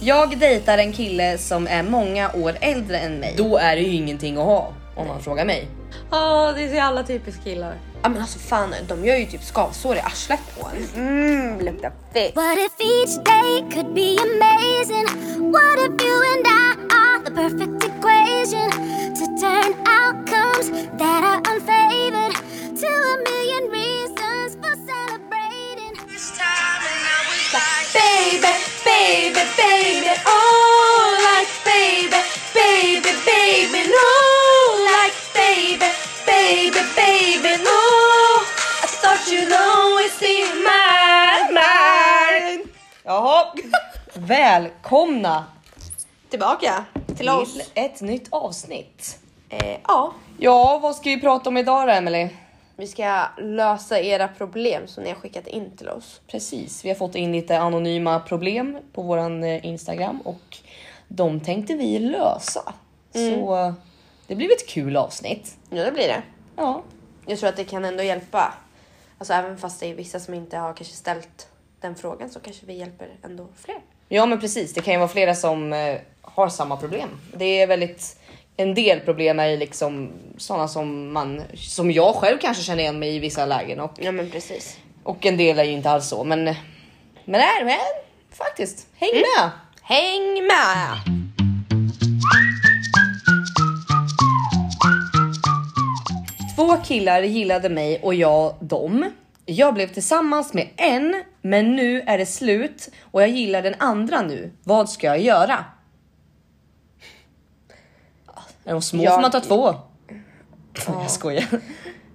Jag dejtar en kille som är många år äldre än mig. Då är det ju ingenting att ha om man frågar mig. Ja, det är så jävla typiskt killar. Ja men alltså fan, de gör ju typ skavsår i arslet på en. Mm, luktar fett. What if each day could be amazing? What if you and I are the perfect equation to turn outcomes that are unfavored to a million reasons for celebrating? Baby, baby, baby, oh like baby, baby, baby, no like baby, baby, baby, no. I thought you'd always be mine, mine. Jaha, välkomna Tillbaka till oss. till ett nytt avsnitt. Eh, ja, Ja, vad ska vi prata om idag då Emelie? vi ska lösa era problem som ni har skickat in till oss. Precis, vi har fått in lite anonyma problem på våran eh, Instagram och de tänkte vi lösa. Mm. Så eh, det blev ett kul avsnitt. Nu blir det. Ja, Jag tror att det kan ändå hjälpa. Alltså även fast det är vissa som inte har kanske ställt den frågan så kanske vi hjälper ändå fler. Ja men precis, det kan ju vara flera som eh, har samma problem. Det är väldigt, en del problem är ju liksom sådana som man, som jag själv kanske känner igen mig i vissa lägen och, Ja men precis. och en del är ju inte alls så men, men är men faktiskt, häng med! Mm. Häng med! Två killar gillade mig och jag dem. Jag blev tillsammans med en, men nu är det slut och jag gillar den andra nu. Vad ska jag göra? Är de små Jag- får man ta två. Jag skojar.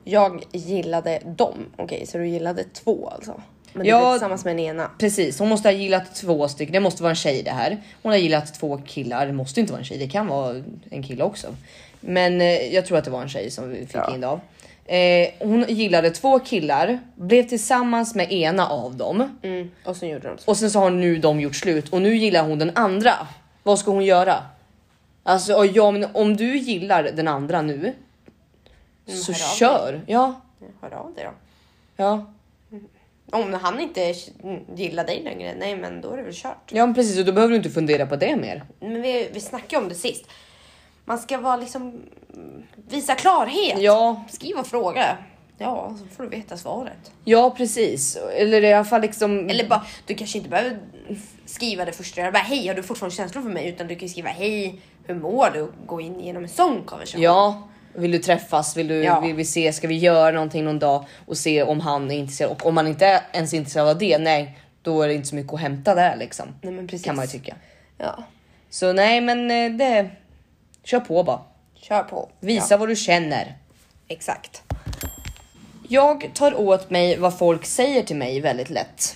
Jag gillade dem. Okej så du gillade två alltså. Men du Ja. blev tillsammans med den ena. Precis, hon måste ha gillat två stycken. Det måste vara en tjej det här. Hon har gillat två killar. Det måste inte vara en tjej. Det kan vara en kille också. Men eh, jag tror att det var en tjej som vi fick in det av. Eh, hon gillade två killar, blev tillsammans med ena av dem Mm. Och sen gjorde de så. och sen så har nu de gjort slut och nu gillar hon den andra. Vad ska hon göra? Alltså och ja, men om du gillar den andra nu så Mm, hör av dig. kör. Ja, Hör av dig då. ja, Om han inte mm, gillar dig längre, nej men då är det väl kört. ja, men precis och då behöver du inte fundera på det mer. Men vi, vi snackade ju om det sist. Man ska vara liksom... mm, Visa klarhet. Ja, Skriv och fråga. Ja, så får du veta svaret. Ja precis, eller i alla fall liksom. Eller bara, du kanske inte behöver skriva det första. Bara, hej, har du fortfarande känslor för mig? Utan du kan ju skriva, hej, hur mår du? Gå in genom en sån konversation. Ja, vill du träffas? Vill du? Ja. Vill vi se? Ska vi göra någonting någon dag och se om han är intresserad? Och om han inte är ens intresserad av det, nej, då är det inte så mycket att hämta där liksom. Nej, men precis. Kan man ju tycka. Ja, Så nej, men eh, det. Kör på bara. kör på. Visa Ja, vad du känner. exakt. Jag tar åt mig vad folk säger till mig väldigt lätt.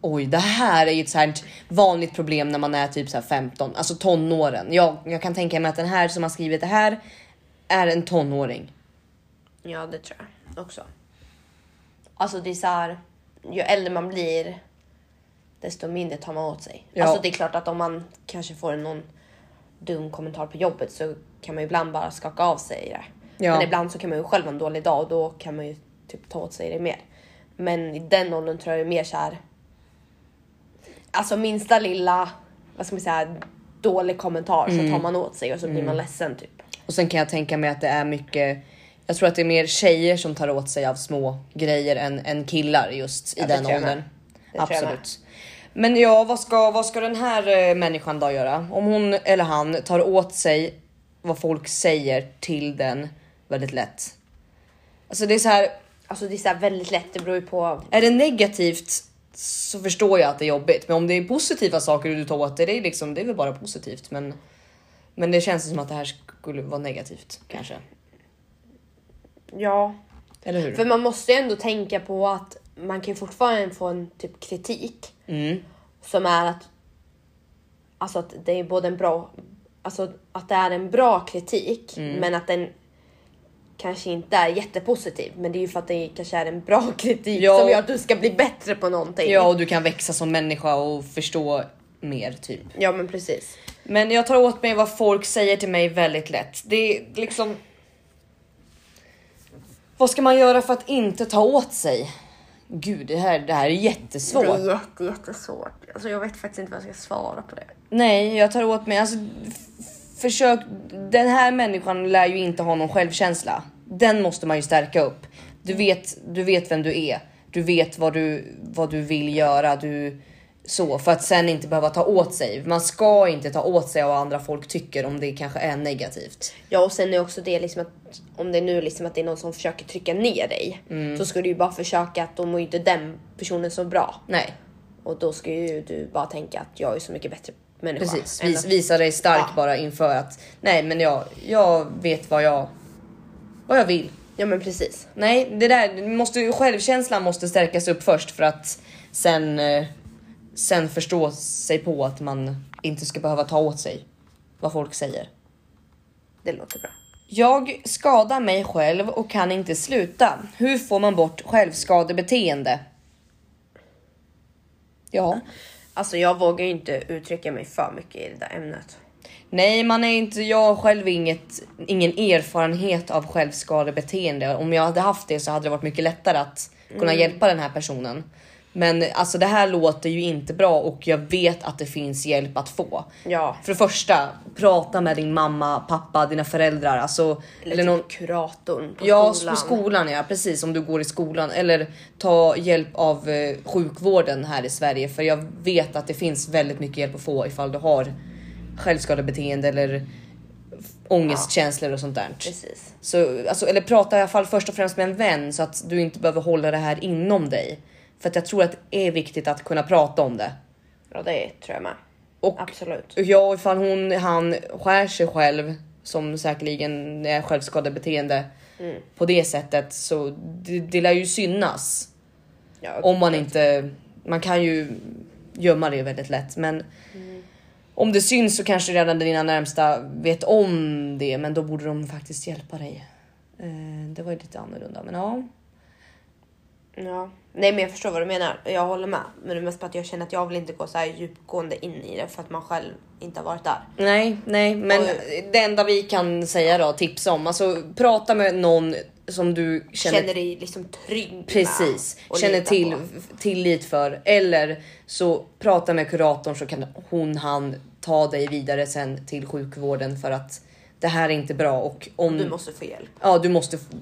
Oj, det här är ju ett så här vanligt problem när man är typ så här 15, alltså tonåren. Jag, jag kan tänka mig att den här som har skrivit det här är en tonåring. Ja, det tror jag också. Alltså det är så här, ju äldre man blir desto mindre tar man åt sig. Ja. Alltså det är klart att om man kanske får någon dum kommentar på jobbet så kan man ju ibland bara skaka av sig det. Ja. Men ibland så kan man ju själv ha en dålig dag och då kan man ju typ ta åt sig det mer. Men i den åldern tror jag det är mer så här. Alltså minsta lilla, vad ska man säga, dålig kommentar Mm. så tar man åt sig och så blir man ledsen typ. Och sen kan jag tänka mig att det är mycket. Jag tror att det är mer tjejer som tar åt sig av små grejer än, än killar just i Ja, det den tror jag med. åldern. Det tror jag med. Absolut. Men ja, vad ska, vad ska den här eh, människan då göra? Om hon eller han tar åt sig vad folk säger till den väldigt lätt. Alltså det är så här, Alltså det är så här väldigt lätt, det beror ju på är det negativt så förstår jag att det är jobbigt. Men om det är positiva saker du tar åt dig, det är, liksom, det är väl bara positivt. Men, men det känns som att det här skulle vara negativt kanske. Ja, Eller hur? för man måste ju ändå tänka på att man kan ju fortfarande få en typ kritik Mm. som är att alltså att det är både en bra alltså att det är en bra kritik Mm. men att den kanske inte är jättepositiv men det är ju för att det kanske är en bra kritik Ja. som gör att du ska bli bättre på någonting. Ja, och du kan växa som människa och förstå mer typ. ja men precis. Men jag tar åt mig vad folk säger till mig väldigt lätt. Det är liksom. Vad ska man göra för att inte ta åt sig? Gud, det här, det här är jättesvårt. Det är jätte, jättesvårt. Alltså jag vet faktiskt inte vad jag ska svara på det. Nej, jag tar åt mig. Alltså, f- försök. Den här människan lär ju inte ha någon självkänsla. Den måste man ju stärka upp. Du vet, du vet vem du är. Du vet vad du, vad du vill göra. Du, så, för att sen inte behöva ta åt sig. Man ska inte ta åt sig av vad andra folk tycker om det kanske är negativt. Ja och sen är också det liksom att om det är nu liksom att det är någon som försöker trycka ner dig Mm. så ska du ju bara försöka att då mår ju inte den personen så bra. Nej, Och då ska ju du bara tänka att jag är så mycket bättre människa. precis. än Vis, att- visa dig stark Ja. bara inför att nej, men jag, jag vet vad jag, vad jag vill. Ja men precis. Nej, det där måste, självkänslan måste stärkas upp först för att sen, eh, sen förstå sig på att man inte ska behöva ta åt sig vad folk säger. Det låter bra. Jag skadar mig själv och kan inte sluta. Hur får man bort självskadebeteende? Ja, Alltså jag vågar ju inte uttrycka mig för mycket i det där ämnet. nej, man är inte. Jag har själv inget, ingen erfarenhet av självskadebeteende. Om jag hade haft det så hade det varit mycket lättare att kunna Mm. hjälpa den här personen. Men alltså, det här låter ju inte bra och jag vet att det finns hjälp att få. Ja. För det första, prata med din mamma, pappa, dina föräldrar, alltså Eller, eller någon typ kuratorn på Ja, skolan. på skolan ja, precis om du går i skolan eller ta hjälp av eh, sjukvården här i Sverige för jag vet att det finns väldigt mycket hjälp att få ifall du har självskadebeteende eller f- ångestkänslor och sånt där. Precis. Så, alltså, eller prata i alla fall först och främst med en vän så att du inte behöver hålla det här inom dig. För att jag tror att det är viktigt att kunna prata om det. Ja det tror jag med. Och Absolut. Ja, ifall hon, han skär sig själv som säkerligen är självskadebeteende Mm. på det sättet så det, det lär ju synas Ja, om man inte. Man kan ju gömma det väldigt lätt, men Mm. om det syns så kanske redan dina närmsta vet om det, men då borde de faktiskt hjälpa dig. Eh, Det var ju lite annorlunda, men ja. Ja. Nej men jag förstår vad du menar. Jag håller med. Men det är mest på att jag känner att jag vill inte gå så här djupgående in i det för att man själv inte har varit där. Nej, nej, men Oj. det enda vi kan säga då tipsa om alltså prata med någon som du Känner, känner dig liksom trygg med Precis, och känner lita till, på. tillit för. Eller så prata med kuratorn så kan hon, han ta dig vidare sen till sjukvården för att det här är inte bra och om Du måste få hjälp. ja, du måste. f-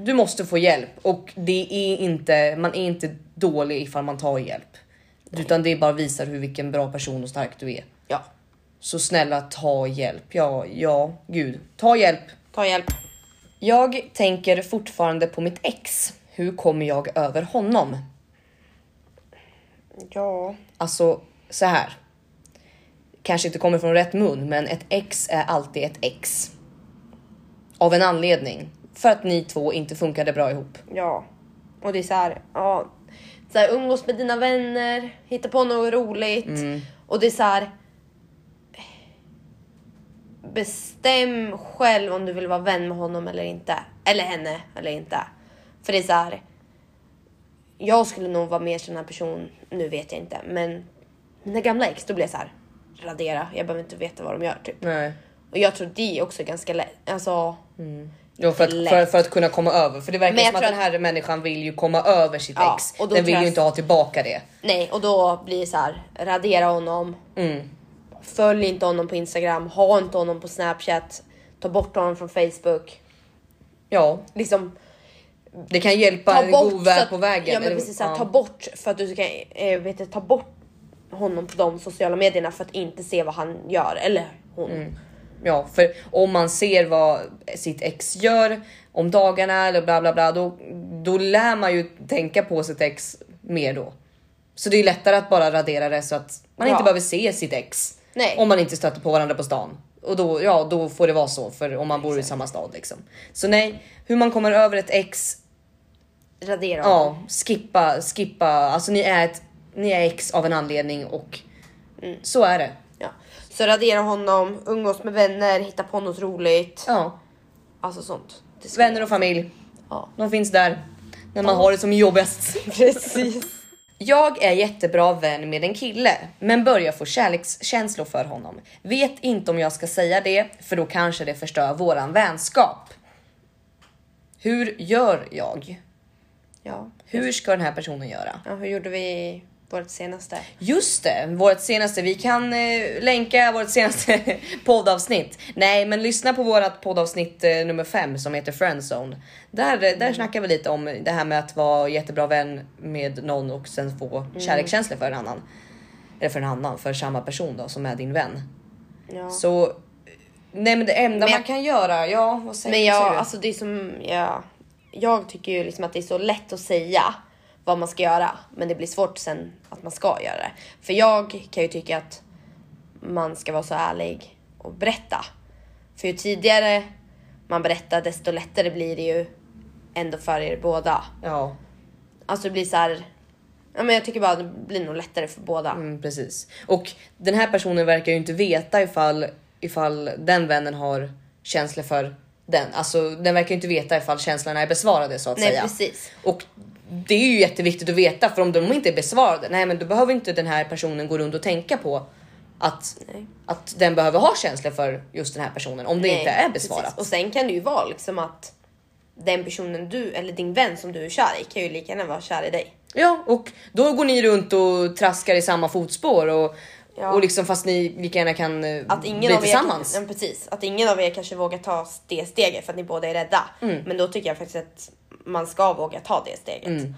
Du måste få hjälp och det är inte. Man är inte dålig ifall man tar hjälp, utan det bara visar hur vilken bra person och stark du är. Ja. Så snälla ta hjälp. Ja, ja, gud, ta hjälp. Ta hjälp. Jag tänker fortfarande på mitt ex. Hur kommer jag över honom? Ja. Alltså så här. Kanske inte kommer från rätt mun, men ett ex är alltid ett ex. Av en anledning. För att ni två inte funkade bra ihop. Ja. Och det är så här, ja. Så här, umgås med dina vänner, hitta på något roligt. Och det är så här. Bestäm själv om du vill vara vän med honom eller inte. Eller henne eller inte. För det är så här. Jag skulle nog vara mer sån här person, nu vet jag inte, men mina gamla ex, då blir jag så här. Radera, jag behöver inte veta vad de gör typ. Nej. Och jag tror det är också ganska lätt, alltså. Ja, för, att, Lätt. för, för att kunna komma över. För det verkar Men jag som att tror den här människan vill ju komma över sitt Ja, ex. och då Den vill tror ju jag- inte ha tillbaka det. Nej, och då blir det så här, radera honom. Mm. Följ inte honom på Instagram, ha inte honom på Snapchat, ta bort honom från Facebook. Ja, Liksom, det kan hjälpa ta en bort god så vän att- på vägen. Ja, men eller- precis, så här, ja. ta bort för att du ska, eh, vet du, ta bort honom på de sociala medierna för att inte se vad han gör eller hon. Mm. Ja, för om man ser vad sitt ex gör om dagarna eller bla bla bla, då, då lär man ju tänka på sitt ex mer då. Så det är lättare att bara radera det så att man Ja. inte behöver se sitt ex. Nej. Om man inte stöter på varandra på stan. Och då, ja, då får det vara så för om man bor i samma stad liksom. Så nej, hur man kommer över ett ex, Radera honom. ja, skippa, skippa. Alltså ni är, ett, ni är ex av en anledning och Mm. så är det. Ja. Så radera honom, umgås med vänner, hitta på något roligt. Ja, Alltså sånt. Det ska- vänner och familj. Ja. De finns där när man har det som jobbigast. Precis. Jag är jättebra vän med en kille, men börjar få kärlekskänslor för honom. Vet inte om jag ska säga det, för då kanske det förstör våran vänskap. Hur gör jag? Ja. Hur ska den här personen göra? ja, hur gjorde vi i vårt senaste? Just det, vårt senaste. Vi kan eh, länka vårt senaste poddavsnitt. Nej, men lyssna på vårt poddavsnitt eh, nummer fem som heter Friendzone. Där, eh, Mm. där snackar vi lite om det här med att vara jättebra vän med någon och sen få Mm. kärlekskänslor för en annan. Eller för en annan, för samma person då som är din vän. Ja. Så eh, nej, men det enda Men- man kan göra. Ja, vad säger, Men vad säger jag, du? alltså det är som, jag, jag tycker ju liksom att det är så lätt att säga vad man ska göra, men det blir svårt sen att man ska göra det. För jag kan ju tycka att man ska vara så ärlig och berätta. För ju tidigare man berättar desto lättare blir det ju ändå för er båda. Ja, Alltså det blir så här, ja men jag tycker bara att det blir nog lättare för båda. Mm, precis. Och den här personen verkar ju inte veta ifall, ifall den vännen har känslor för den. Alltså den verkar ju inte veta ifall känslorna är besvarade så att Nej säga. precis. Och det är ju jätteviktigt att veta för om de inte är besvarade, nej men då behöver inte den här personen gå runt och tänka på att, Nej. att den behöver ha känslor för just den här personen om det Nej, inte är precis. besvarat. Och sen kan det ju vara liksom att den personen du, eller din vän som du är kär i, kan ju lika gärna vara kär i dig. Ja, och då går ni runt och traskar i samma fotspår och, Ja. och liksom fast ni lika gärna kan eh, Att ingen bli av er, tillsammans. Ja, precis, att ingen av er kanske vågar ta det steget för att ni båda är rädda. Mm. Men då tycker jag faktiskt att man ska våga ta det steget. Mm.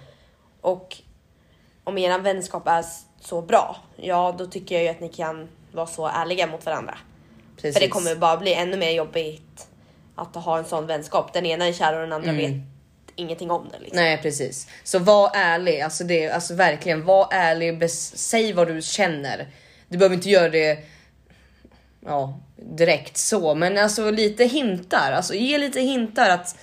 Och om er vänskap är s- så bra, ja då tycker jag ju att ni kan vara så ärliga mot varandra. Precis. För det kommer bara bli ännu mer jobbigt att ha en sån vänskap. Den ena är kär och den andra Mm. vet ingenting om det. Liksom. Nej precis. Så var ärlig, alltså, det, alltså verkligen var ärlig, bes- säg vad du känner. Du behöver inte göra det ja, direkt så, men alltså lite hintar, alltså ge lite hintar att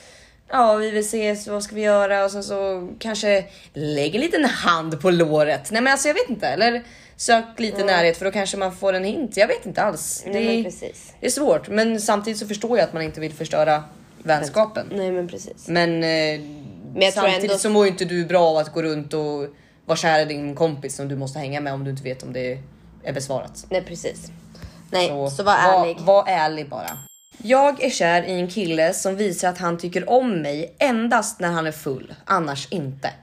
ja, vi vill ses, vad ska vi göra och sen så kanske lägg en liten hand på låret. Nej men alltså jag vet inte, eller sök lite närhet för då kanske man får en hint. Jag vet inte alls. Nej, Det, men är, precis. det är svårt, men samtidigt så förstår jag att man inte vill förstöra vänskapen. Nej men precis. Men, eh, jag tror samtidigt ändå- så mår ju inte du bra av att gå runt och vara kär i din kompis som du måste hänga med om du inte vet om det är besvarat. Nej precis. Nej, så, Så var ärlig. Var, var ärlig bara. Jag är kär i en kille som visar att han tycker om mig endast när han är full, annars inte.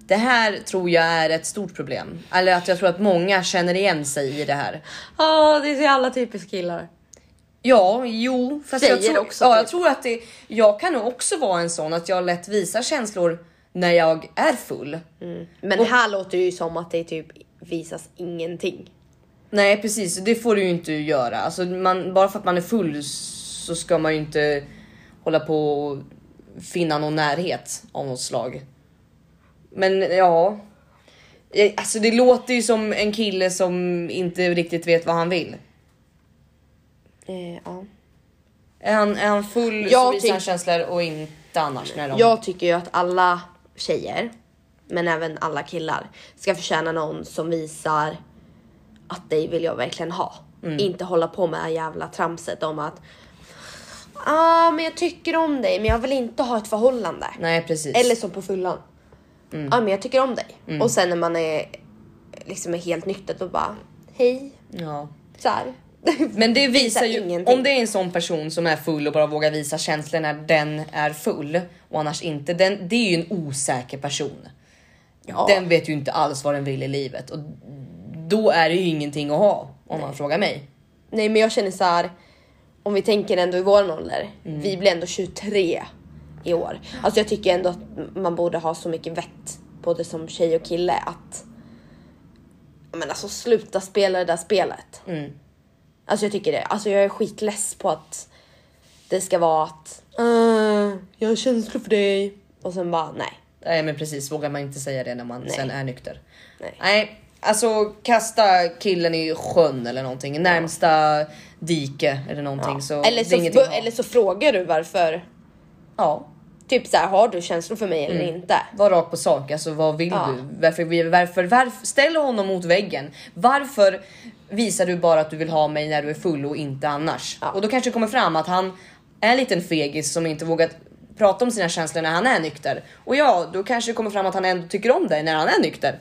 Det här tror jag är ett stort problem. Eller att jag tror att många känner igen sig i det här. Ja, det är så jävla typiskt killar. Ja, jo, fast jag Tjejer tror, också, ja, typ. jag tror att det. Jag kan nog också vara en sån att jag lätt visar känslor när jag är full. Men här låter det ju som att det typ visas ingenting. Nej, precis, det får du ju inte göra. Alltså, man, bara för att man är full så ska man ju inte hålla på och finna någon närhet av något slag. Men ja, Eh, alltså det låter ju som en kille som inte riktigt vet vad han vill. Eh, ja. Är han, är han full så Jag visar han tyck- känslor och inte annars. När de... Jag tycker ju att alla tjejer, men även alla killar, ska förtjäna någon som visar att dig vill jag verkligen ha. Inte hålla på med det här jävla tramset om att ah, men jag tycker om dig men jag vill inte ha ett förhållande. Nej, precis. Eller som på fyllan. Ja men jag tycker om dig. Och sen när man är liksom är helt nykter då bara hej. Ja. Så här. Men det visar ju, ingenting. om det är en sån person som är full och bara vågar visa känslor när den är full och annars inte. Den, det är ju en osäker person. Ja. Den vet ju inte alls vad den vill i livet och då är det ju ingenting att ha om man frågar mig. Nej men jag känner så här. Om vi tänker ändå i vår ålder. Vi blir ändå 23 i år. Alltså jag tycker ändå att man borde ha så mycket vett. Både som tjej och kille att. ja, Men alltså sluta spela det där spelet. Alltså jag tycker det. Alltså jag är skitless på att. Det ska vara att. "Ah, jag har känslor för dig. Och sen bara nej. Nej men precis, vågar man inte säga det när man sen är nykter. Nej. alltså kasta killen i sjön eller någonting, närmsta dike eller någonting. Så eller, det är så, ingenting att ha. eller så frågar du varför. Ja, Typ så här, har du känslor för mig eller inte? Var rakt på sak, alltså vad vill Ja. du? Varför, varför, varför, ställ honom mot väggen. Varför visar du bara att du vill ha mig när du är full och inte annars? Och då kanske det kommer fram att han är en liten fegis som inte vågat prata om sina känslor när han är nykter. Och ja, då kanske det kommer fram att han ändå tycker om dig när han är nykter.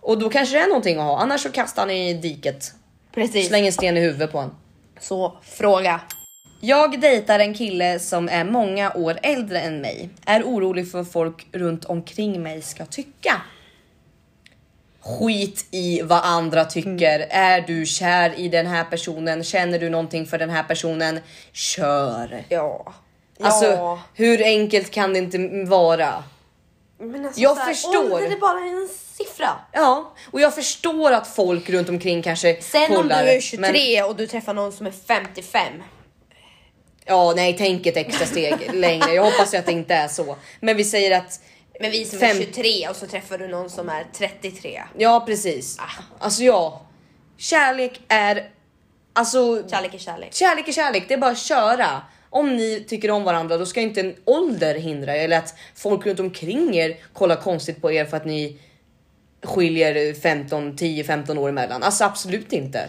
Och då kanske det är någonting att ha, annars så kastar han i diket. Precis. Släng en sten i huvudet på honom. Så fråga. Jag dejtar en kille som är många år äldre än mig. Är orolig för vad folk runt omkring mig ska tycka. Skit i vad andra tycker. Mm. Är du kär i den här personen? Känner du någonting för den här personen? Kör! Ja. Alltså ja. hur enkelt kan det inte vara? Men alltså, jag så här, förstår. Ålder är bara en siffra. Ja, och jag förstår att folk runt omkring kanske Sen kollar. om du är 23 men- och du träffar någon som är 55. Ja, nej, tänk ett extra steg längre. Jag hoppas ju att det inte är så. Men vi säger att... Men vi som Fem- är 23 och så träffar du någon som är 33. Ja, Ah. precis. Alltså ja, kärlek är... Alltså, Kärlek är kärlek. kärlek är kärlek. Det är bara att köra. Om ni tycker om varandra, då ska inte en ålder hindra er eller att folk runt omkring er kollar konstigt på er för att ni skiljer 15, 10, 15 år emellan. Alltså absolut inte.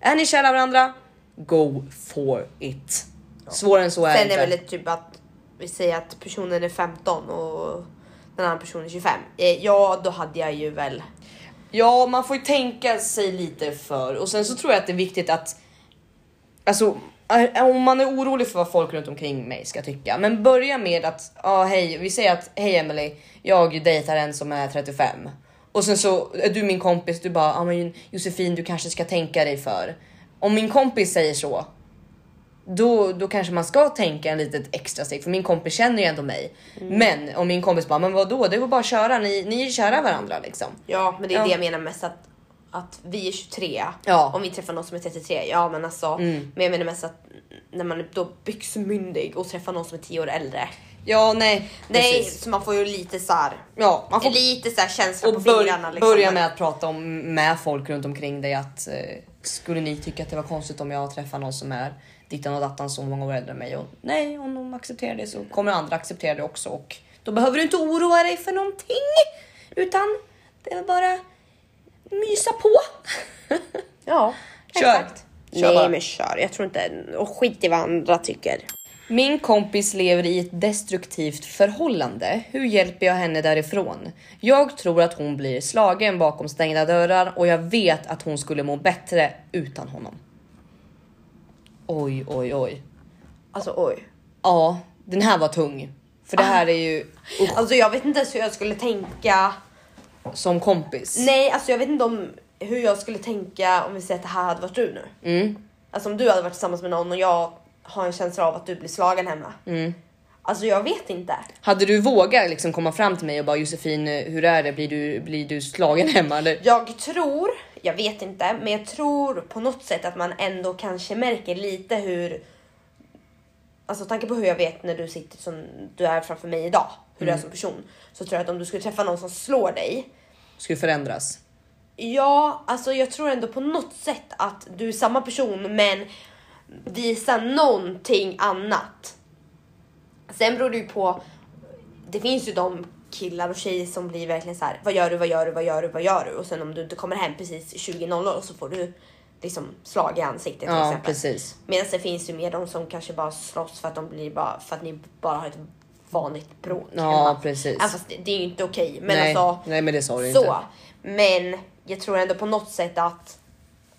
Är ni kära varandra? Go for it. Svårare än så är det Sen inte. är väl det typ att vi säger att personen är 15 och den andra personen är 25. Eh, Ja, då hade jag ju väl. Ja, man får ju tänka sig lite för och sen så tror jag att det är viktigt att. Alltså är- om man är orolig för vad folk runt omkring mig ska tycka, men börja med att ja, hej, vi säger att hej Emily, jag dejtar en som är 35 och sen så är du min kompis. Du bara ja, men Josefin, du kanske ska tänka dig för. Om min kompis säger så, då, då kanske man ska tänka en litet extra steg för min kompis känner ju ändå mig. Men om min kompis bara, men vadå, det var bara att köra. Ni, ni är kära varandra liksom. Ja, men det är Ja. det jag menar mest att att vi är 23. Ja. Mm. Om vi träffar någon som är 33. Ja, men alltså. Men jag menar mest att när man är då byxmyndig och träffar någon som är 10 år äldre. Ja, nej, Nej, precis. så man får ju lite så här. Ja, man får Lite så här känsla och på bör, fingrarna. Liksom. börja med att prata om, med folk runt omkring dig att eh, skulle ni tycka att det var konstigt om jag träffar någon som är dittan och dattan så många år äldre än mig? Och, nej, om de accepterar det så kommer andra acceptera det också och då behöver du inte oroa dig för någonting utan det är bara mysa på. Ja, Kör. exakt. Kör Nej, bara. men kör. Jag tror inte... Och skit i vad andra tycker. Min kompis lever i ett destruktivt förhållande. Hur hjälper jag henne därifrån? Jag tror att hon blir slagen bakom stängda dörrar och jag vet att hon skulle må bättre utan honom. Oj, oj, oj. Alltså oj. Ja, den här var tung. För det här är ju usch, Alltså jag vet inte ens hur jag skulle tänka. som kompis. Nej, alltså jag vet inte om hur jag skulle tänka om vi säger att det här hade varit du nu. Alltså om du hade varit tillsammans med någon och jag har en känsla av att du blir slagen hemma. Alltså jag vet inte. Hade du vågat liksom komma fram till mig och bara Josefin, hur är det? Blir du, blir du slagen hemma eller? Alltså, Jag tror, jag vet inte, men jag tror på något sätt att man ändå kanske märker lite hur Alltså tanke på hur jag vet när du sitter som du är framför mig idag, hur du är som person. Så tror jag att om du skulle träffa någon som slår dig, Skulle förändras? Ja, alltså jag tror ändå på något sätt att du är samma person men visar någonting annat. Sen beror det ju på, det finns ju de killar och tjejer som blir verkligen så här, vad gör du, vad gör du, vad gör du, vad gör du? Och sen om du inte kommer hem precis 20.00 så får du liksom slag i ansiktet till Ja, exempel. precis. Medan det finns ju mer de som kanske bara slåss för att de blir bara, för att ni bara har ett vanligt bråk Ja, precis. Även fast det, det är ju inte okej. Men nej, alltså nej, men det sa du så. inte. Men jag tror ändå på något sätt att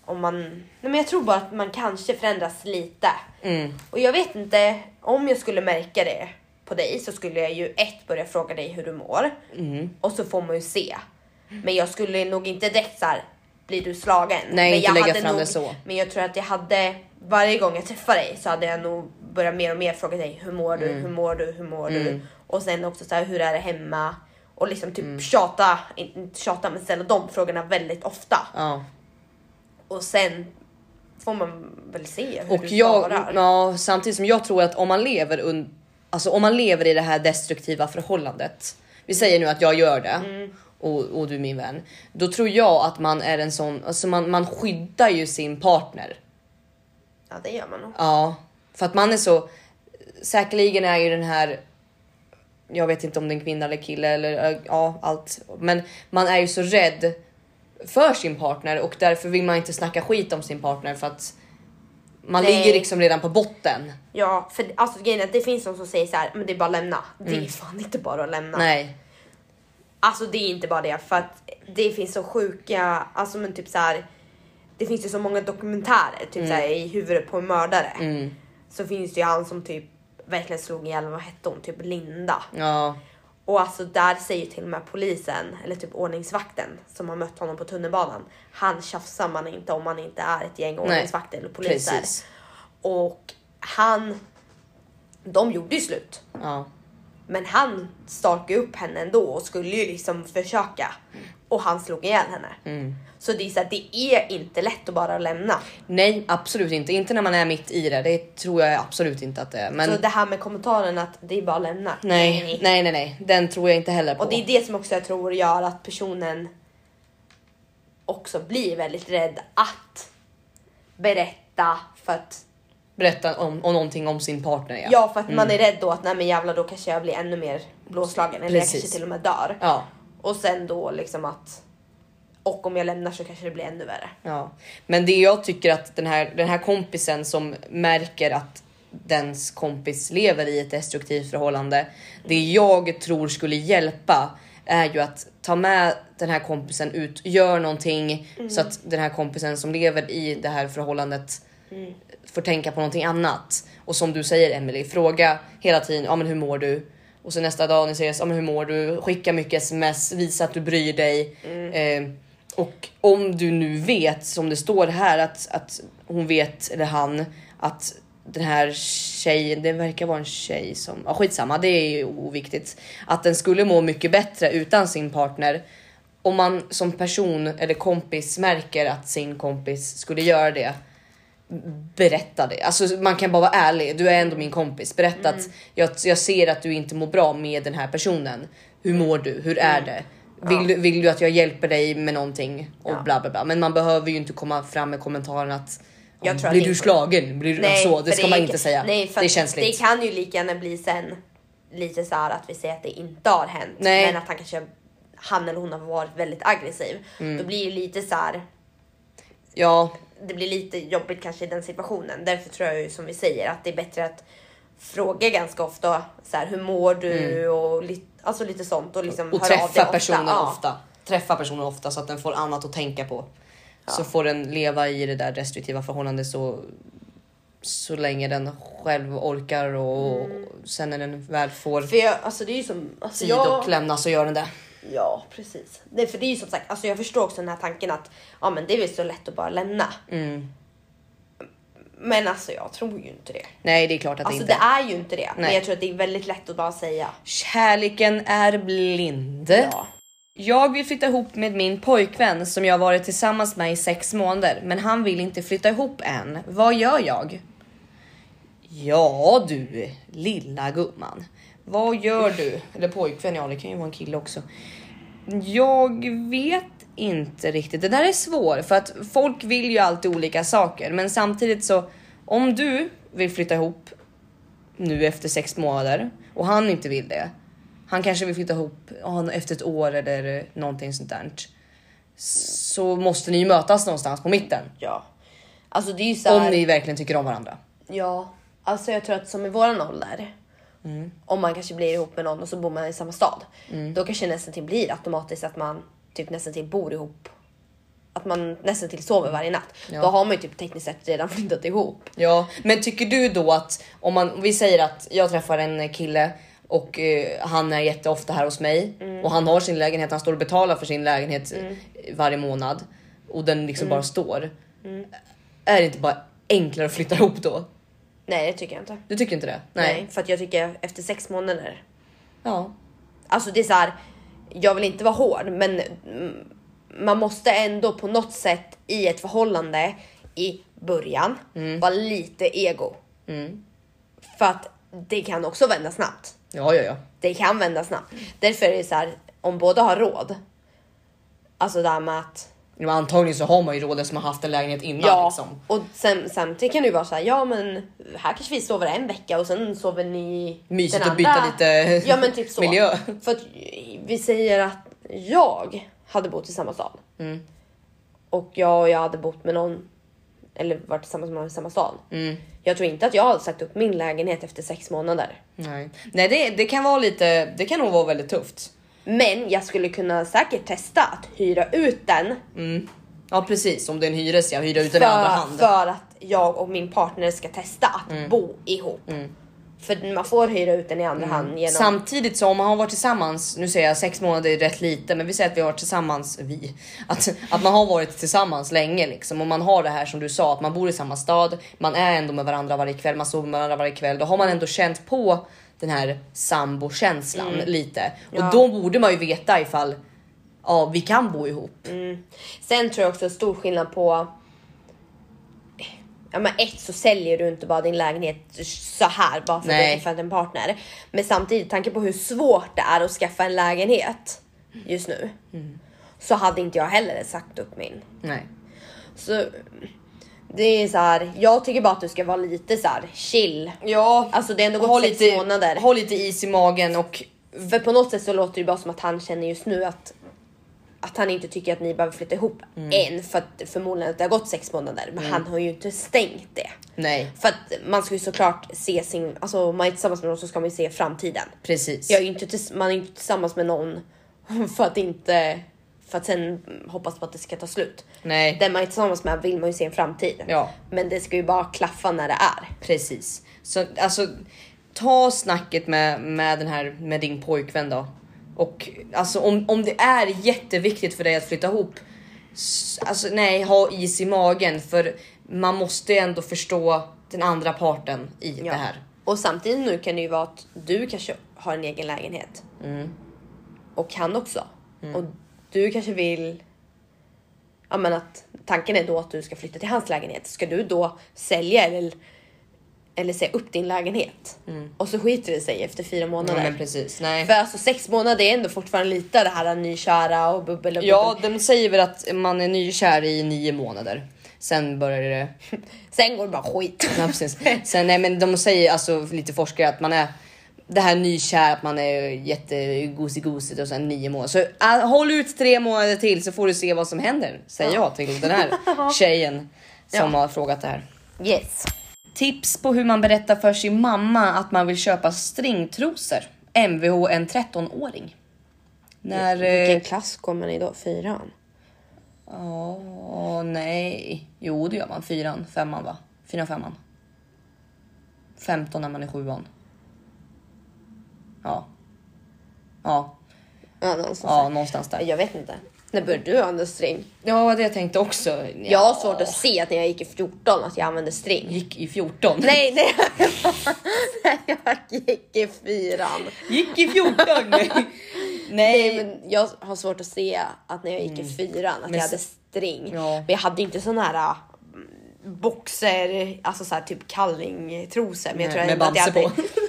om man... Nej men jag tror bara att man kanske förändras lite. Mm. Och jag vet inte, om jag skulle märka det på dig så skulle jag ju ett börja fråga dig hur du mår. Mm. Och så får man ju se. Men jag skulle nog inte direkt såhär, blir du slagen? Nej, men inte jag lägga hade fram nog, det så. Men jag tror att jag hade, varje gång jag träffar dig så hade jag nog börjat mer och mer fråga dig, hur mår Mm. du, hur mår du, hur mår du? Och sen också så här, hur är det hemma? Och liksom typ Mm. tjata, in- inte tjata men ställa de frågorna väldigt ofta. Ja. Och sen får man väl se hur Och du jag, svarar. ja, samtidigt som jag tror att om man lever un, alltså om man lever i det här destruktiva förhållandet. Mm. Vi säger nu att jag gör det och, och du är min vän. Då tror jag att man är en sån, alltså man, man skyddar ju sin partner. Ja det gör man nog. Ja, för att man är så. Säkerligen är ju den här. Jag vet inte om det är en kvinna eller kille eller eh, ja, allt, men man är ju så rädd för sin partner och därför vill man inte snacka skit om sin partner för att man Nej. ligger liksom redan på botten. Ja för alltså grejen är att det finns de som säger så här, men det är bara att lämna. Det är fan inte bara att lämna. Mm. Nej, Alltså det är inte bara det för att det finns så sjuka, alltså men Mm. typ så här. Det finns ju så många dokumentärer typ så här, i huvudet på en mördare. så finns det ju han som typ verkligen slog ihjäl, vad hette hon, typ Linda. Ja, Och alltså där säger till och med polisen, eller typ ordningsvakten som har mött honom på tunnelbanan. Han tjafsar man inte om man inte är ett gäng ordningsvakter eller poliser. precis. Och han, de gjorde ju slut. Ja. Men han stakade upp henne ändå och skulle ju liksom försöka. Och han slog ihjäl henne. Mm. Så det är så här, det är inte lätt att bara lämna. Nej, absolut inte. Inte när man är mitt i det. Det tror jag absolut inte att det är. Men Så det här med kommentaren att det är bara att lämna. nej, nej, nej, nej. Den tror jag inte heller på. Och det är det som också jag tror gör att personen också blir väldigt rädd att berätta för att Berätta om, om någonting om sin partner. Ja. Mm. ja, för att man är rädd då att nej men jävlar då kanske jag blir ännu mer blåslagen eller jag Precis. kanske till och med dör. ja. Och sen då liksom att och om jag lämnar så kanske det blir ännu värre. Ja, men det jag tycker att den här, den här kompisen som märker att dens kompis lever i ett destruktivt förhållande. Det jag tror skulle hjälpa är ju att ta med den här kompisen ut, gör någonting så att den här kompisen som lever i det här förhållandet får tänka på någonting annat. Och som du säger Emily, fråga hela tiden, ja men hur mår du? Och sen nästa dag ni ses, ja men hur mår du? Skicka mycket sms, visa att du bryr dig. Eh, och om du nu vet, som det står här, att, att hon vet, eller han, att den här tjejen, det verkar vara en tjej som, ja skitsamma, det är ju oviktigt. Att den skulle må mycket bättre utan sin partner. Om man som person eller kompis märker att sin kompis skulle göra det, berätta det. Alltså man kan bara vara ärlig. Du är ändå min kompis. Berätta Mm. att jag, jag ser att du inte mår bra med den här personen. Hur mår du? Hur är Mm. det? Vill, du- vill du att jag hjälper dig med någonting? Och bla bla bla. Men man behöver ju inte komma fram med kommentaren att Jag tror att blir det- du slagen? Blir du så? Det för ska man är- inte säga. Nej, för det är att känsligt. Det kan ju lika gärna bli sen lite så här att vi säger att det inte har hänt. Nej. Men att han kanske, han eller hon har varit väldigt aggressiv. Mm. Då blir det lite så här, Ja, det blir lite jobbigt kanske i den situationen. Därför tror jag ju som vi säger att det är bättre att fråga ganska ofta så här, hur mår du och lite, alltså lite sånt och liksom Mm. och höra av dig träffa personen ofta, Ja. Träffa personen ofta så att den får annat att tänka på. Så får den leva i det där destruktiva förhållandet så, så länge den själv orkar och sen när den väl får Mm. För jag, alltså det är ju som, alltså tid jag, och lämna så gör den det. Ja, precis. Nej, för det är ju som sagt, alltså jag förstår också den här tanken att ja, men det är väl så lätt att bara lämna. Mm. Men alltså jag tror ju inte det. Nej, det är klart att Alltså det det inte. är ju inte det. Men Nej. jag tror att det är väldigt lätt att bara säga. Kärleken är blind. Ja. Jag vill flytta ihop med min pojkvän som jag varit tillsammans med i sex månader, men han vill inte flytta ihop än. Vad gör jag? Ja du, lilla gumman. Vad gör du? Eller pojkvän, ja det kan ju vara en kille också. Jag vet inte riktigt. Det där är svårt för att folk vill ju alltid olika saker, men samtidigt så om du vill flytta ihop nu efter sex månader och han inte vill det. Han kanske vill flytta ihop ja, efter ett år eller någonting sånt där. Så måste ni ju mötas någonstans på mitten Ja. Alltså det är ju om såhär. ni verkligen tycker om varandra. Ja. Alltså jag tror att som i våran ålder. Om man kanske blir ihop med någon och så bor man i samma stad. Då kanske det nästan till blir automatiskt att man typ nästan till bor ihop. Att man nästan till sover varje natt. Då har man ju typ tekniskt sett redan flyttat ihop. Ja, men tycker du då att om man vi säger att jag träffar en kille och eh, han är jätteofta här hos mig och han har sin lägenhet. Han står och betalar för sin lägenhet eh, varje månad och den liksom bara står. Är det inte bara enklare att flytta ihop då? Nej det tycker jag inte. Du tycker inte det? Nej. för att jag tycker efter sex månader. Ja, Alltså det är så här. Jag vill inte vara hård men mm, man måste ändå på något sätt i ett förhållande i början vara lite ego. För att det kan också vända snabbt. ja, ja, ja. Det kan vända snabbt. Därför är det så här om båda har råd. Alltså det här med att Men antagligen så har man ju rådet som har haft en lägenhet innan Ja, liksom. och sen, samtidigt kan det ju vara så här, ja men här kanske vi sover en vecka och sen sover ni Mysigt den att byta andra." lite ja, men typ så. miljö. För att vi säger att jag hade bott i samma stad. Mm. Och jag och jag hade bott med någon, eller varit tillsammans med någon i samma stad. Mm. Jag tror inte att jag hade sagt upp min lägenhet efter sex månader. Nej, Nej det, det kan vara lite, det kan nog vara väldigt tufft. Men jag skulle kunna säkert testa att hyra ut den Ja precis, om det är en hyres jag hyra ut den i andra För, hand. Mm. för att jag och min partner ska testa att bo ihop. För man får hyra ut den i Mm. andra hand genom... Samtidigt så om man har varit tillsammans, nu säger jag sex månader är rätt lite, men vi säger att vi har varit tillsammans, vi, att, att man har varit tillsammans länge liksom och man har det här som du sa att man bor i samma stad, man är ändå med varandra varje kväll, man sover med varandra varje kväll. Då har man ändå känt på den här sambokänslan Mm. lite och då borde man ju veta ifall ja, vi kan bo ihop. Sen tror jag också stor skillnad på... Ja men ett så säljer du inte bara din lägenhet så här bara för att du Nej. har träffat en partner. Men samtidigt, tanke på hur svårt det är att skaffa en lägenhet just nu. Mm. Så hade inte jag heller sagt upp min. Nej. Så det är så här, jag tycker bara att du ska vara lite så här chill. Ja, Alltså det har ändå ha gått sex lite, månader. ha lite is i magen och För på något sätt så låter det bara som att han känner just nu att att han inte tycker att ni behöver flytta ihop Mm. än för att förmodligen att det har gått sex månader. Men han har ju inte stängt det. nej, För att man ska ju såklart se sin, alltså om man är tillsammans med någon så ska man ju se framtiden. precis. Jag är ju inte, tills- man är ju inte tillsammans med någon för att inte, för att sen hoppas på att det ska ta slut. Nej. Den man är tillsammans med vill man ju se en framtid. Ja. Men det ska ju bara klaffa när det är. Precis. Så alltså ta snacket med, med den här med din pojkvän då. Och alltså om, om det är jätteviktigt för dig att flytta ihop. s- Alltså nej, ha is i magen för man måste ändå förstå den andra parten i det här. Och samtidigt nu kan det ju vara att du kanske har en egen lägenhet. Mm. Och han också. Och du kanske vill... Ja men att tanken är då att du ska flytta till hans lägenhet. Ska du då sälja eller, eller säga upp din lägenhet? Och så skiter det sig efter fyra Mm. Ja, månader. men precis. Nej. För alltså sex månader är ändå fortfarande lite det här nykära och bubbel och bubbel. Ja, de säger väl att man är nykär i nio månader. Sen börjar det Sen går det bara skit. Ja, precis. Sen, nej, men de säger alltså lite forskare att man är det här nykär, att man är jättegosig-gosigt och sen nio månader. Så äh, håll ut tre månader till så får du se vad som händer, säger jag till den här tjejen som har frågat det här. Yes. Tips på hur man berättar för sin mamma att man vill köpa stringtrosor. Mvh en 13-åring. När... eh, Vilken klass går man i då? Fyran? Ja, nej. Jo, det gör man. Fyran, femman va? Fyran, femman. Femton när man är sjuan. Ja. Ja, Ja någonstans. ja någonstans där. Jag vet inte. När började du använda string? Ja, det jag tänkte också. Jag Jag har svårt att se att när jag gick i 14 att jag använde string. gick i 14. Nej, nej. jag gick i fyran. Gick i 14! nej. Nej, nej, men jag har svårt att se att när jag gick i fyran att jag hade string. Mm. Ja. Men jag hade ju inte sån här mm, boxer, alltså så här typ kallingtrosor. Men jag tror med ändå att jag Bamse hade... på.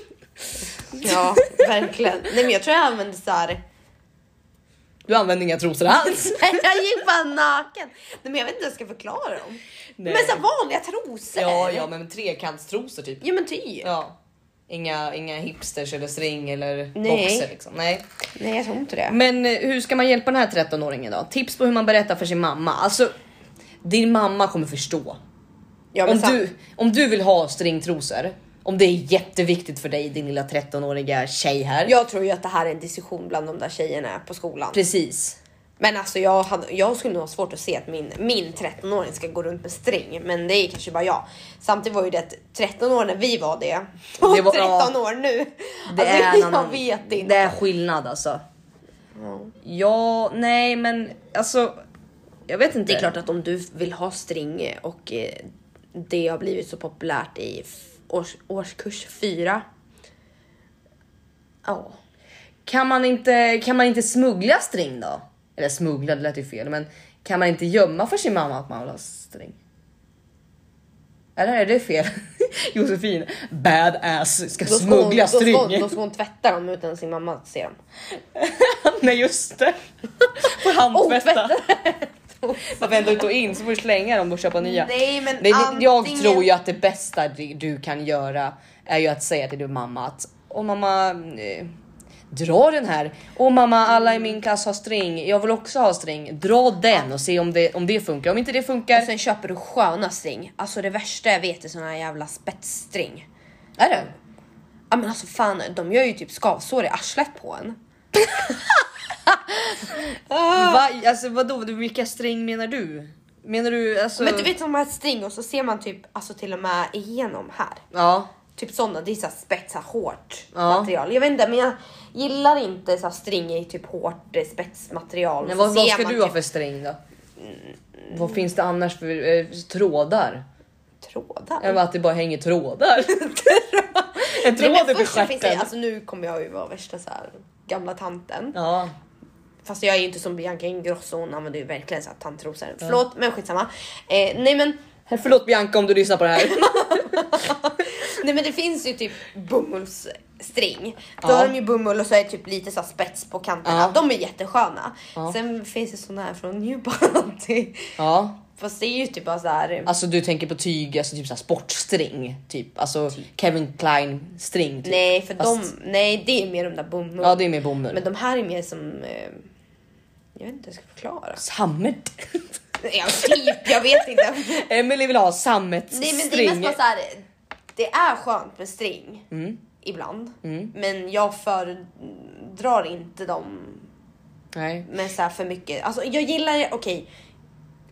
Ja, verkligen. Nej, men jag tror jag använde så här. Du använder inga trosor alls. jag gick bara naken. Nej, men jag vet inte hur jag ska förklara dem. Nej. Men så här vanliga trosor. ja, ja, men trekantstrosor typ. ja men typ. Ja. Inga, inga hipsters eller string eller Nej. boxer liksom. Nej. Nej, jag tror inte det. Men eh, hur ska man hjälpa den här 13-åringen då? Tips på hur man berättar för sin mamma. Alltså, din mamma kommer förstå. Ja, men Om sam- du, om du vill ha stringtrosor, om det är jätteviktigt för dig din lilla 13-åriga tjej här. Jag tror ju att det här är en diskussion bland de där tjejerna på skolan. Precis. Men alltså jag, hade, jag skulle nog ha svårt att se att min, min 13-åring ska gå runt med string. Men det är kanske bara jag. Samtidigt var ju det att 13 år när vi var det. Och Det var- 13 ja. år nu. Det alltså, är en jag annan- vet inte. Det är skillnad alltså. Ja, nej men alltså. Jag vet inte. Det är klart att om du vill ha string och eh, det har blivit så populärt i f- års, årskurs 4. Ja. Kan man inte, kan man inte smuggla string då? Eller smuggla, det lät ju fel, men kan man inte gömma för sin mamma att man vill ha string? Eller är det fel? Josefin, badass, ska Då ska, hon, smuggla då, ska hon, string. då ska hon tvätta dem utan att sin mamma ser dem. Nej just det. Får Oh, handtvätta. Man vänder ut och in så får du slänga dem och köpa nya. Nej, men det- Jag antingen- tror ju att det bästa du- du kan göra är ju att säga till din mamma att åh mamma eh, dra den här. Åh mamma alla i min klass har string. Jag vill också ha string. Dra den och se om det, om det funkar. Om inte det funkar. Och sen köper du sköna string. Alltså det värsta jag vet är såna här jävla spetsstring. är det? Ja men alltså fan, de gör ju typ skavsår i arslet på en. "Ah!" Va, alltså vadå? Vilka string menar du? Menar du alltså? Men du vet som ett string och så ser man typ alltså till och med igenom här. Ja, Typ sådana, det är såhär spetsar hårt Ja. material. Jag vet inte men jag gillar inte såhär string i typ hårt eh, spetsmaterial. men Så vad, vad ser ska man du ha typ för sträng då? Vad finns det annars för eh, trådar? trådar? Än att det bara hänger trådar. en Nej, tråd men upp i först så finns det, stjärten. alltså nu kommer jag ju vara värsta så här gamla tanten. Ja, Fast jag är ju inte som Bianca Ingrosso, hon använder ju verkligen så här tantrosor. Förlåt men skitsamma. Eh, nej, men, förlåt Bianca om du lyssnar på det här. nej men det finns ju typ bomullsstring. Då Ja. har de ju bomull och så är det typ lite så här spets på kanterna. Ja. De är jättesköna. Ja. Sen finns det såna här från New Balance. ja, Fast det är ju typ bara så här. alltså du tänker på tyg, alltså typ så här sportstring, typ alltså Kevin Klein string. Typ. nej för Fast- de, nej det är mer de där bomull. Ja, det är med bomull. Men de här är mer som eh, jag vet inte hur jag ska förklara. Sammet. Ja, typ, jag vet inte. Emily vill ha Nej men sammetsstring. det är mest bara såhär, det är skönt med string Mm. ibland. Men jag föredrar inte dem Nej. med så här för mycket. Alltså jag gillar, okej,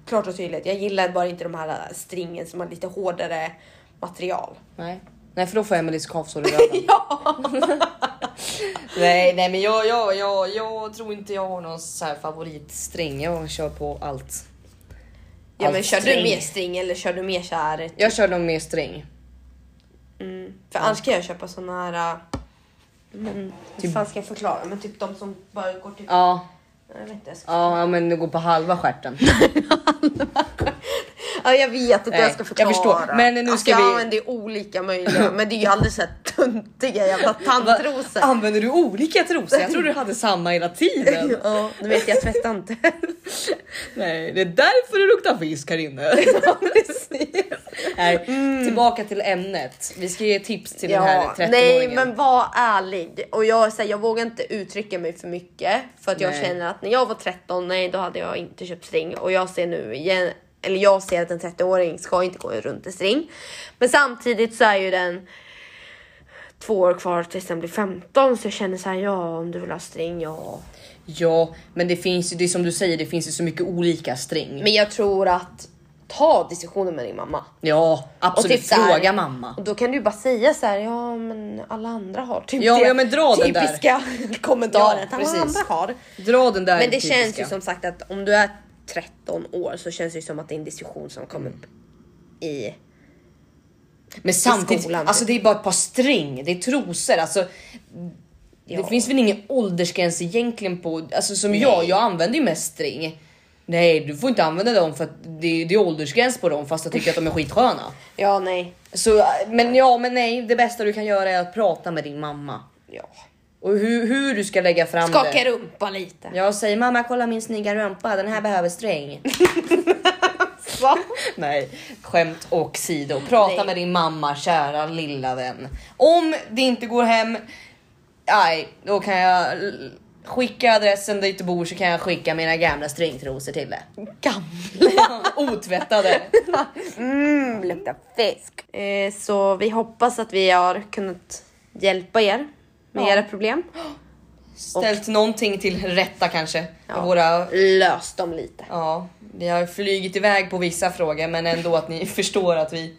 klart och tydligt, jag gillar bara inte de här stringen som har lite hårdare material. Nej. Nej för då får Emelies kavsår i röven. Ja! nej, nej men jag, jag, jag, jag tror inte jag har någon så här favoritstring. Jag kör på allt. ja men Allt kör du string. mer string eller kör du mer såhär? Jag kör dem med string. För annars kan jag köpa såna här, äh, men hur fan ska jag förklara? Men typ de som bara går typ, Typ- Ja, jag vet inte. jag ska- ja ja, men det går på halva stjärten. Ja jag vet att Nej, jag ska förklara. jag förstår. Men nu ska alltså, jag vi- använder ju olika möjliga men det är ju alldeles såhär tuntiga jävla Va- tandtrosor. Använder du olika trosor? Jag tror du hade samma hela tiden. Ja du vet jag tvättar inte. Nej, det är därför det luktar fisk här inne. Nej, Tillbaka till ämnet. Vi ska ge tips till den här Mm. ja, 13-åringen. nej men var ärlig. Och jag, är så här, jag vågar inte uttrycka mig för mycket för att jag Nej. känner att när jag var 13 nej då hade jag inte köpt string och jag ser nu igen eller jag ser att en 30-åring ska inte gå runt i string. Men samtidigt så är ju den två år kvar tills den blir 15 så jag känner så här ja om du vill ha string ja Ja, men det finns ju, det är som du säger, det finns ju så mycket olika string. Men jag tror att ta diskussionen med din mamma. ja, absolut. typ så här- Fråga mamma. Och då kan du bara säga så här, ja men alla andra har typ Ja, det ja, men dra den där. typiska kommentaren. Ja, att alla precis. andra har. Dra den där Men det typiska. känns ju som sagt att om du är 13 år så känns det ju som att det är en diskussion som kom Mm. upp i... Men samtidigt, skolan, alltså typ. det är bara ett par string, det är trosor. Alltså, Det Ja. finns väl ingen åldersgräns egentligen på, alltså som jag, jag använder ju mest string. Nej, du får inte använda dem för att det, det är åldersgräns på dem fast jag tycker att de är skitsköna. Ja nej. Så, äh, men ja, men nej, det bästa du kan göra är att prata med din mamma. Ja. Och hur, hur du ska lägga fram det. Skaka rumpa lite. Jag säger mamma kolla min snygga rumpa, den här behöver sträng. Nej, skämt och sido. Prata Nej. med din mamma, kära lilla vän. Om det inte går hem, nej, då kan jag l- skicka adressen dit du bor så kan jag skicka mina gamla stringtrosor till dig. Gamla? Otvättade. Mm, luktar fisk. Eh, så vi hoppas att vi har kunnat hjälpa er med era problem. Ställt någonting till rätta kanske. Ja. Våra, Lös dem lite. ja, vi har flugit iväg på vissa frågor men ändå att ni förstår att vi,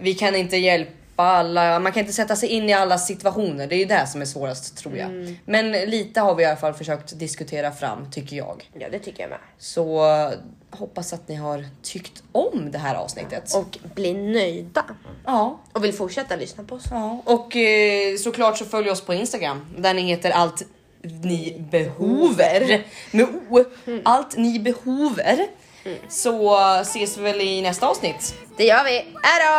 vi kan inte hjälpa alla, man kan inte sätta sig in i alla situationer. Det är ju det som är svårast tror jag. Men lite har vi i alla fall försökt diskutera fram tycker jag. Ja det tycker jag med. Så eh, hoppas att ni har tyckt om det här avsnittet. Ja. och bli nöjda Ja, och vill fortsätta lyssna på oss. och eh, såklart så följ oss på Instagram där ni heter allt ni behover. Med o. Allt ni behover. Så eh, ses vi väl i nästa avsnitt. Det gör vi. Hejdå!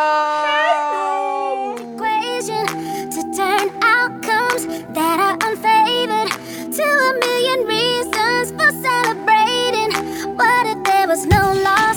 equation to turn outcomes that are unfavored to a million reasons for celebrating. What if there was no law?